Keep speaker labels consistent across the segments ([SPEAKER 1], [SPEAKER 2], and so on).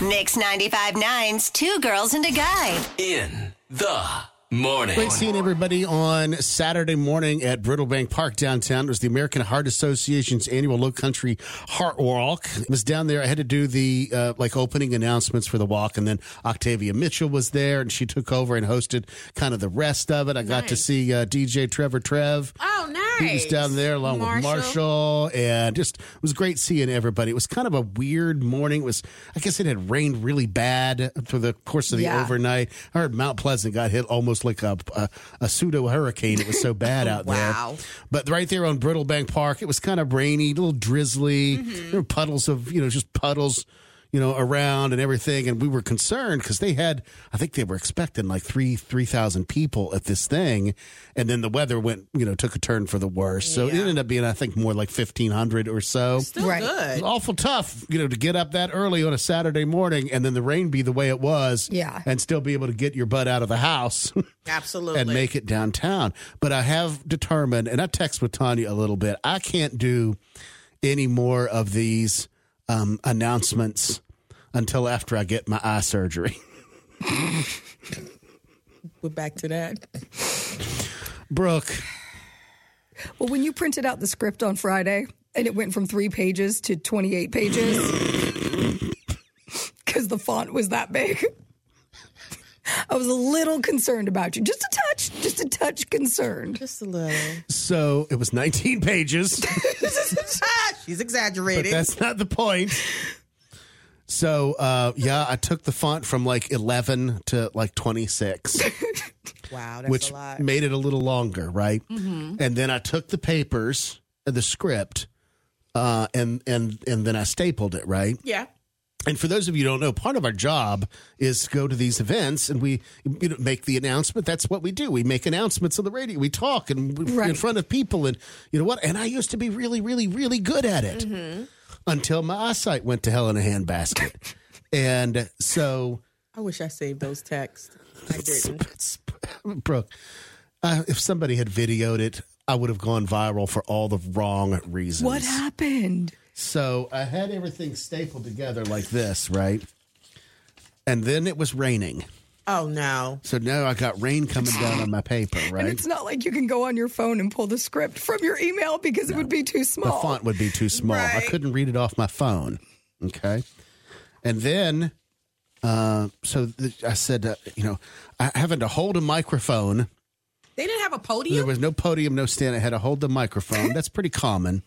[SPEAKER 1] Mix 95.9's Two Girls and a Guy.
[SPEAKER 2] In the morning.
[SPEAKER 3] Great seeing everybody on Saturday morning at Brittle Bank Park downtown. It was the American Heart Association's annual Low Country Heart Walk. It was down there. I had to do the uh, like opening announcements for the walk, and then Octavia Mitchell was there, and she took over and hosted kind of the rest of it. I got to
[SPEAKER 4] Nice.
[SPEAKER 3] see uh, DJ Trevor Trev.
[SPEAKER 4] Oh, nice.
[SPEAKER 3] He was down there along with Marshall, and just it was great seeing everybody. It was kind of a weird morning. It was, I guess, it had rained really bad through the course of the
[SPEAKER 4] Yeah.
[SPEAKER 3] overnight. I heard Mount Pleasant got hit almost like a a, a pseudo hurricane. It was so bad out
[SPEAKER 4] Wow.
[SPEAKER 3] there. But right there on Brittle Bank Park, it was kind of rainy, a little drizzly.
[SPEAKER 4] Mm-hmm.
[SPEAKER 3] There were puddles of you know just puddles. You know, around and everything, and we were concerned because they had, I think they were expecting like three three thousand people at this thing, and then the weather went, you know, took a turn for the worse. So it
[SPEAKER 4] Yeah.
[SPEAKER 3] ended up being, I think, more like fifteen hundred or so.
[SPEAKER 4] Still
[SPEAKER 5] Right.
[SPEAKER 3] It was
[SPEAKER 4] good.
[SPEAKER 3] awful tough, you know, to get up that early on a Saturday morning and then the rain be the way it was,
[SPEAKER 5] Yeah.
[SPEAKER 3] and still be able to get your butt out of the house
[SPEAKER 4] Absolutely.
[SPEAKER 3] and make it downtown. But I have determined, and I text with Tanya a little bit. I can't do any more of these um, announcements until after I get my eye surgery.
[SPEAKER 5] We're back to that.
[SPEAKER 3] Brooke,
[SPEAKER 5] Well, when you printed out the script on Friday and it went from three pages to 28 pages because the font was that big, I was a little concerned about you. Just a touch, just a touch concerned.
[SPEAKER 4] Just a little.
[SPEAKER 3] so it was nineteen pages.
[SPEAKER 4] She's
[SPEAKER 3] but
[SPEAKER 4] exaggerated.
[SPEAKER 3] that's not the point. So uh, yeah, I took the font from like eleven to like twenty six,
[SPEAKER 4] wow, that's
[SPEAKER 3] which
[SPEAKER 4] a lot. Mm-hmm.
[SPEAKER 3] made it a little longer, right? And then I took the papers, uh, the script, uh, and and and then I stapled it, right?
[SPEAKER 4] yeah.
[SPEAKER 3] And for those of you who don't know, part of our job is to go to these events and we you know, make the announcement. That's what we do. We make announcements on the radio. We talk and we, in
[SPEAKER 5] Right.
[SPEAKER 3] front of people, and you know what? And I used to be really, really, really good at it
[SPEAKER 4] Mm-hmm.
[SPEAKER 3] until my eyesight went to hell in a handbasket. and so,
[SPEAKER 4] I wish I saved those texts. I didn't.
[SPEAKER 3] Brooke, uh, if somebody had videoed it, I would have gone viral for all the wrong reasons.
[SPEAKER 5] What happened?
[SPEAKER 3] So I had everything stapled together like this, right? And then it was raining.
[SPEAKER 4] Oh no.
[SPEAKER 3] So now I got rain coming down on my paper,
[SPEAKER 5] And
[SPEAKER 3] right?
[SPEAKER 5] it's not like you can go on your phone and pull the script from your email because it would be too
[SPEAKER 3] The
[SPEAKER 5] small.
[SPEAKER 3] font would be too small. I
[SPEAKER 4] Right.
[SPEAKER 3] couldn't read it off my phone. Okay. And then, uh, so th- I said, uh, you know, I having to hold a microphone.
[SPEAKER 4] They didn't have a
[SPEAKER 3] There
[SPEAKER 4] podium.
[SPEAKER 3] was no podium, no stand. I had to hold the microphone. That's pretty common.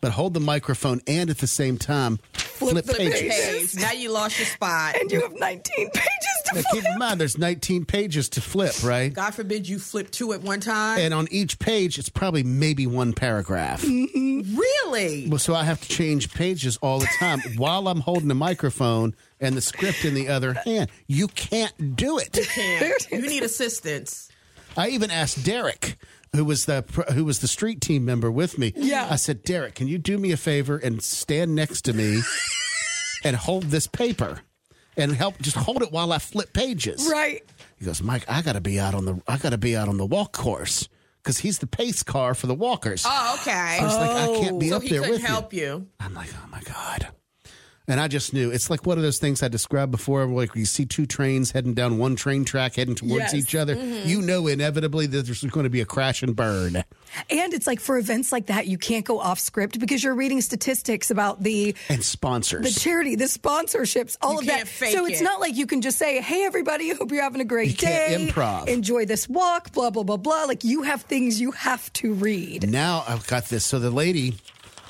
[SPEAKER 3] But hold the microphone and at the same time flip,
[SPEAKER 4] Flip the
[SPEAKER 3] pages.
[SPEAKER 4] page. Now you lost your spot.
[SPEAKER 5] And you have 19 pages to
[SPEAKER 3] Now,
[SPEAKER 5] flip.
[SPEAKER 3] keep in mind, there's 19 pages to flip, right?
[SPEAKER 4] God forbid you flip two at one time.
[SPEAKER 3] And on each page, it's probably maybe one paragraph.
[SPEAKER 4] Mm-hmm. really?
[SPEAKER 3] Well, so I have to change pages all the time while I'm holding the microphone and the script in the other hand. You can't do it.
[SPEAKER 4] Can't. You need assistance.
[SPEAKER 3] I even asked Derek, who was the who was the street team member with me.
[SPEAKER 5] Yeah.
[SPEAKER 3] I said, Derek, can you do me a favor and stand next to me and hold this paper and help? Just hold it while I flip pages.
[SPEAKER 5] Right.
[SPEAKER 3] He goes, Mike, I got to be out on the I got to be out on the walk course because he's the pace car for the walkers.
[SPEAKER 4] Oh, okay.
[SPEAKER 3] I was like, I can't be
[SPEAKER 4] Oh, so
[SPEAKER 3] up
[SPEAKER 4] he
[SPEAKER 3] there
[SPEAKER 4] couldn't
[SPEAKER 3] with you.
[SPEAKER 4] help you.
[SPEAKER 3] I'm like, oh my God. And I just knew it's like one of those things I described before, where like you see two trains heading down one train track, heading towards
[SPEAKER 5] Yes.
[SPEAKER 3] each other.
[SPEAKER 4] Mm-hmm.
[SPEAKER 3] You know, inevitably that there's going to be a crash and burn.
[SPEAKER 5] And it's like for events like that, you can't go off script because you're reading statistics about the
[SPEAKER 3] And
[SPEAKER 5] the
[SPEAKER 3] sponsors,
[SPEAKER 5] charity, the sponsorships, all
[SPEAKER 4] You
[SPEAKER 5] of
[SPEAKER 4] can't
[SPEAKER 5] that.
[SPEAKER 4] fake
[SPEAKER 5] so it's
[SPEAKER 4] it.
[SPEAKER 5] not like you can just say, "Hey, everybody, hope you're having a great
[SPEAKER 3] You
[SPEAKER 5] day.
[SPEAKER 3] can't improv.
[SPEAKER 5] Enjoy this walk." Blah blah blah blah. Like you have things you have to read.
[SPEAKER 3] now I've got this. So the lady,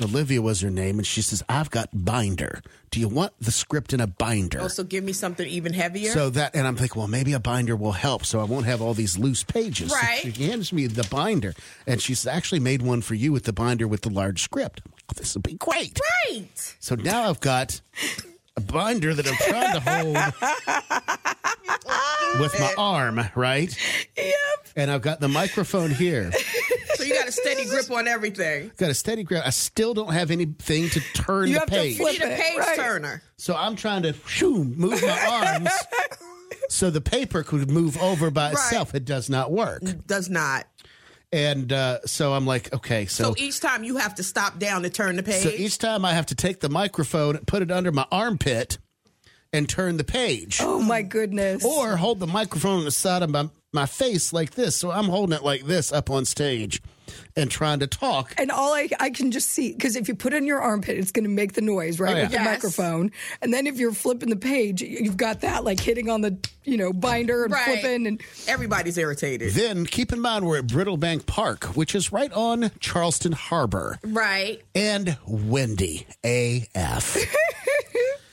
[SPEAKER 3] Olivia was her name, and she says, I've got binder. Do you want the script in a binder?
[SPEAKER 4] Oh, so give me something even heavier.
[SPEAKER 3] So that, and I'm thinking, well, maybe a binder will help, so I won't have all these loose pages. So
[SPEAKER 4] Right.
[SPEAKER 3] she hands me the binder, and she's actually made one for you with the binder with the large script. I'm like, oh, this will be great.
[SPEAKER 4] right.
[SPEAKER 3] So now I've got a binder that I'm trying to hold
[SPEAKER 4] Ah.
[SPEAKER 3] with my arm, right?
[SPEAKER 5] Yep.
[SPEAKER 3] And I've got the microphone here.
[SPEAKER 4] So you got a steady grip on everything.
[SPEAKER 3] Got a steady grip. I still don't have anything to turn
[SPEAKER 5] You
[SPEAKER 3] the
[SPEAKER 5] have to
[SPEAKER 3] page.
[SPEAKER 4] You
[SPEAKER 5] Flip
[SPEAKER 4] need a
[SPEAKER 5] it,
[SPEAKER 4] page
[SPEAKER 5] right.
[SPEAKER 4] turner.
[SPEAKER 3] So I'm trying to shoo, move my arms so the paper could move over by itself. It does not work.
[SPEAKER 4] Does not.
[SPEAKER 3] And uh, so I'm like, okay, so
[SPEAKER 4] So each time you have to stop down to turn the page.
[SPEAKER 3] so each time I have to take the microphone, put it under my armpit, and turn the page.
[SPEAKER 5] Oh my goodness.
[SPEAKER 3] Or hold the microphone on the side of my, my face like this. So I'm holding it like this up on stage and trying to talk.
[SPEAKER 5] and all I, I can just see because if you put it in your armpit, it's going to make the noise
[SPEAKER 3] Oh,
[SPEAKER 5] right
[SPEAKER 3] yeah.
[SPEAKER 5] with the
[SPEAKER 4] Yes.
[SPEAKER 5] microphone. And then if you're flipping the page, you've got that like hitting on the you know binder and
[SPEAKER 4] Right.
[SPEAKER 5] flipping and
[SPEAKER 4] Everybody's irritated.
[SPEAKER 3] Then keep in mind we're at Brittlebank Park, which is right on Charleston Harbor
[SPEAKER 4] Right.
[SPEAKER 3] and windy AF.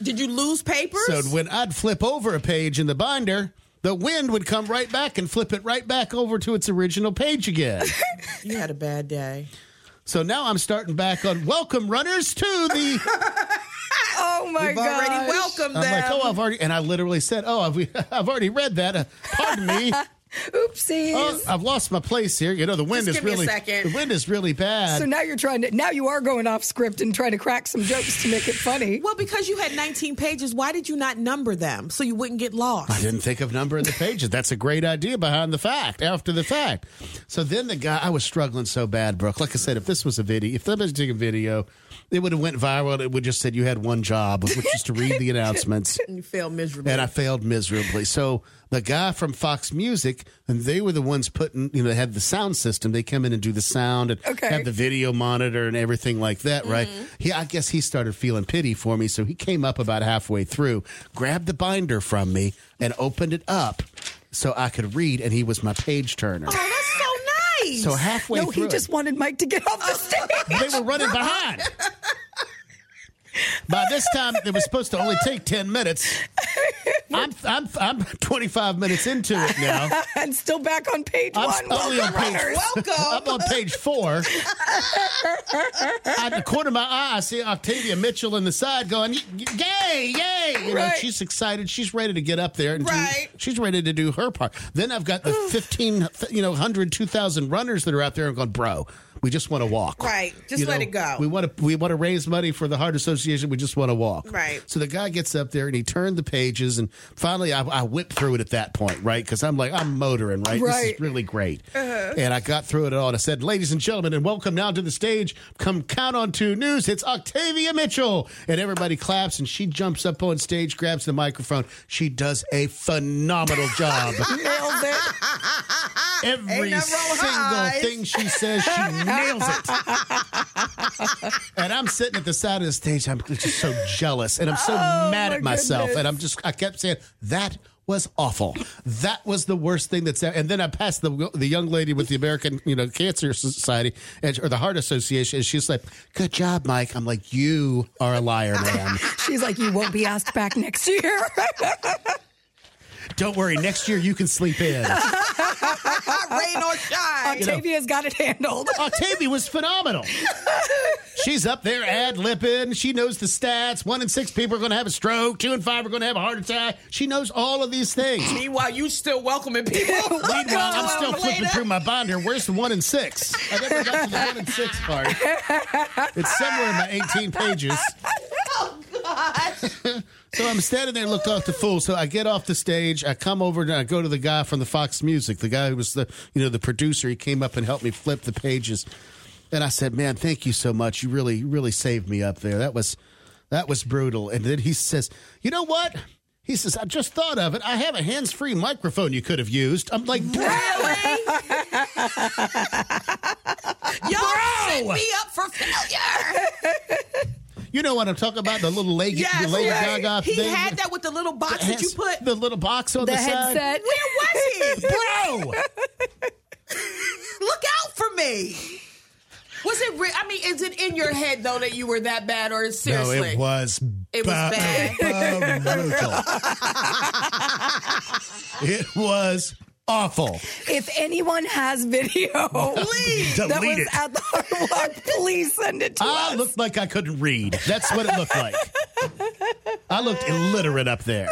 [SPEAKER 4] Did you lose papers?
[SPEAKER 3] so when I'd flip over a page in the binder, the wind would come right back and flip it right back over to its original page again.
[SPEAKER 4] you had a bad day.
[SPEAKER 3] so now I'm starting back on welcome runners to the.
[SPEAKER 5] oh my
[SPEAKER 4] You've already
[SPEAKER 5] god,
[SPEAKER 4] welcomed them.
[SPEAKER 3] I'm like, oh, I've already, and I literally said, oh, I've, I've already read that. Uh, pardon me.
[SPEAKER 5] oopsies.
[SPEAKER 3] Oh, I've lost my place here. You know the wind
[SPEAKER 4] Just
[SPEAKER 3] is
[SPEAKER 4] give me a
[SPEAKER 3] really
[SPEAKER 4] second.
[SPEAKER 3] the wind is really bad.
[SPEAKER 5] so now you're trying to now you are going off script and trying to crack some jokes to make it funny.
[SPEAKER 4] well, because you had 19 pages, why did you not number them so you wouldn't get lost?
[SPEAKER 3] I didn't think of numbering the pages. That's a great idea behind the fact, after the fact. So then the guy, I was struggling so bad, Brooke. Like I said, if this was a video, if that was a video, it would have went viral. and It would just said you had one job, which is to read the announcements.
[SPEAKER 4] You failed miserably.
[SPEAKER 3] And I failed miserably. So the guy from Fox Music, and they were the ones putting, you know, they had the sound system. They come in and do the sound and
[SPEAKER 5] Okay. Mm-hmm.
[SPEAKER 3] have the video monitor and everything like that, right? He, I guess he started feeling pity for me. So he came up about halfway through, grabbed the binder from me, and opened it up so I could read. And he was my page turner.
[SPEAKER 4] oh, that's so nice.
[SPEAKER 3] So halfway
[SPEAKER 5] No,
[SPEAKER 3] through,
[SPEAKER 5] he just wanted Mike to get off the stage.
[SPEAKER 3] they were running behind. By this time, it was supposed to only take 10 minutes. I'm, I'm, I'm 25 minutes into it now.
[SPEAKER 5] and still back on page
[SPEAKER 3] I'm
[SPEAKER 5] one.
[SPEAKER 3] only on
[SPEAKER 5] Welcome,
[SPEAKER 3] page
[SPEAKER 5] runners.
[SPEAKER 3] I'm on page four. At the corner of my eye, I see Octavia Mitchell in the side going, "Y- y- "Yay, yay!" You know,
[SPEAKER 5] Right.
[SPEAKER 3] she's excited. She's ready to get up there and do-
[SPEAKER 4] Right.
[SPEAKER 3] she's ready to do her part. Then I've got the fifteen, you know, hundred, two thousand runners that are out there and going, "Bro, we just want to walk."
[SPEAKER 4] Right. Just let it go.
[SPEAKER 3] We want to. We want to raise money for the Heart Association. We just want to walk.
[SPEAKER 4] Right.
[SPEAKER 3] So the guy gets up there and he turned the pages, and finally I, I whipped through it at that point, right? Because I'm like, I'm motoring, right? This is
[SPEAKER 5] Right.
[SPEAKER 3] really great. And I got through it all, and I said, "Ladies and gentlemen, and welcome now to the stage. Come count on two news. It's Octavia Mitchell." And everybody claps, and she jumps up on stage, grabs the microphone. She does a phenomenal job.
[SPEAKER 5] Nailed it.
[SPEAKER 3] Every
[SPEAKER 4] Ain't nothing wrong with her
[SPEAKER 3] single
[SPEAKER 4] eyes.
[SPEAKER 3] thing she says, she nails it. and I'm sitting at the side of the stage. I'm just so jealous and I'm
[SPEAKER 4] Oh,
[SPEAKER 3] so mad
[SPEAKER 5] my
[SPEAKER 3] at myself.
[SPEAKER 5] goodness.
[SPEAKER 3] And I'm just, I kept saying, that was awful. That was the worst thing that's ever. And then I passed the, the young lady with the American, you know, Cancer Society and, or the Heart Association. And she's like, good job, Mike. I'm like, you are a liar, man.
[SPEAKER 5] She's like, you won't be asked back next year.
[SPEAKER 3] Don't worry. Next year you can sleep in.
[SPEAKER 4] Hot rain or shine.
[SPEAKER 5] Octavia's got it handled.
[SPEAKER 3] Octavia was phenomenal. She's up there ad lipping. She knows the stats. One in six people are going to have a stroke. Two in five are going to have a heart attack. She knows all of these things.
[SPEAKER 4] Meanwhile, you still welcoming people.
[SPEAKER 3] Meanwhile, I'm still
[SPEAKER 4] Later.
[SPEAKER 3] flipping through my binder. Where's the one in six? I never got to the one in six part. It's somewhere in my 18 pages.
[SPEAKER 4] Oh, gosh.
[SPEAKER 3] So I'm standing there, looked off the fool. So I get off the stage. I come over and I go to the guy from the Fox Music, the guy who was the you know the producer. He came up and helped me flip the pages, and I said, "Man, thank you so much. You really, really saved me up there. That was, that was brutal." And then he says, "You know what?" He says, "I just thought of it. I have a hands-free microphone you could have used." I'm like,
[SPEAKER 4] Really? Y'all set me up for failure.
[SPEAKER 3] "You know what I'm talking about? The little lady, the
[SPEAKER 4] Yes,
[SPEAKER 3] Lady
[SPEAKER 4] right.
[SPEAKER 3] Gaga
[SPEAKER 4] he
[SPEAKER 3] thing
[SPEAKER 4] had
[SPEAKER 3] with
[SPEAKER 4] that with the little box that you
[SPEAKER 3] hands-
[SPEAKER 4] put.
[SPEAKER 3] the little box on the,
[SPEAKER 5] The
[SPEAKER 3] side."
[SPEAKER 5] headset.
[SPEAKER 4] Where was he?
[SPEAKER 3] Bro,
[SPEAKER 4] Look out for me. Was it? Re- I mean, is it in your head though that you were that bad, or is
[SPEAKER 3] no,
[SPEAKER 4] seriously?
[SPEAKER 3] it was
[SPEAKER 4] It was bad.
[SPEAKER 3] brutal. it was awful.
[SPEAKER 5] If anyone has video that
[SPEAKER 3] Delete
[SPEAKER 5] was
[SPEAKER 3] it. Ah,
[SPEAKER 5] at the hard walk, please send it to
[SPEAKER 3] I
[SPEAKER 5] us.
[SPEAKER 3] looked like I couldn't read. That's what it looked like. I looked illiterate up there.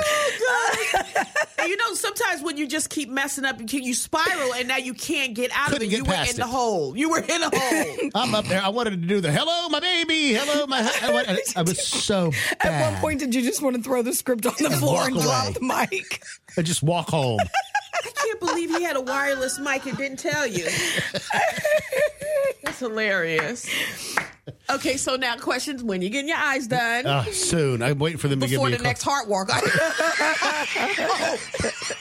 [SPEAKER 4] And you know, sometimes when you just keep messing up, you keep- you spiral, and now you can't get out
[SPEAKER 3] Couldn't
[SPEAKER 4] of it.
[SPEAKER 3] get
[SPEAKER 4] You were in
[SPEAKER 3] past
[SPEAKER 4] the
[SPEAKER 3] it.
[SPEAKER 4] hole. You were in a hole.
[SPEAKER 3] I'm up there. I wanted to do the hello, my baby. Hello, my. I, wa- I was so bad.
[SPEAKER 5] At one point, did you just want to throw the script on the floor
[SPEAKER 3] walk
[SPEAKER 5] and drop
[SPEAKER 3] away.
[SPEAKER 5] the mic?
[SPEAKER 3] I just walk home.
[SPEAKER 4] I can't believe he had a wireless mic and didn't tell you. That's hilarious. Okay, so now questions: When you getting your eyes
[SPEAKER 3] Uh,
[SPEAKER 4] done?
[SPEAKER 3] Ah, soon. I'm waiting for them to give
[SPEAKER 4] before
[SPEAKER 3] me a
[SPEAKER 4] the
[SPEAKER 3] call.
[SPEAKER 4] next heart walk.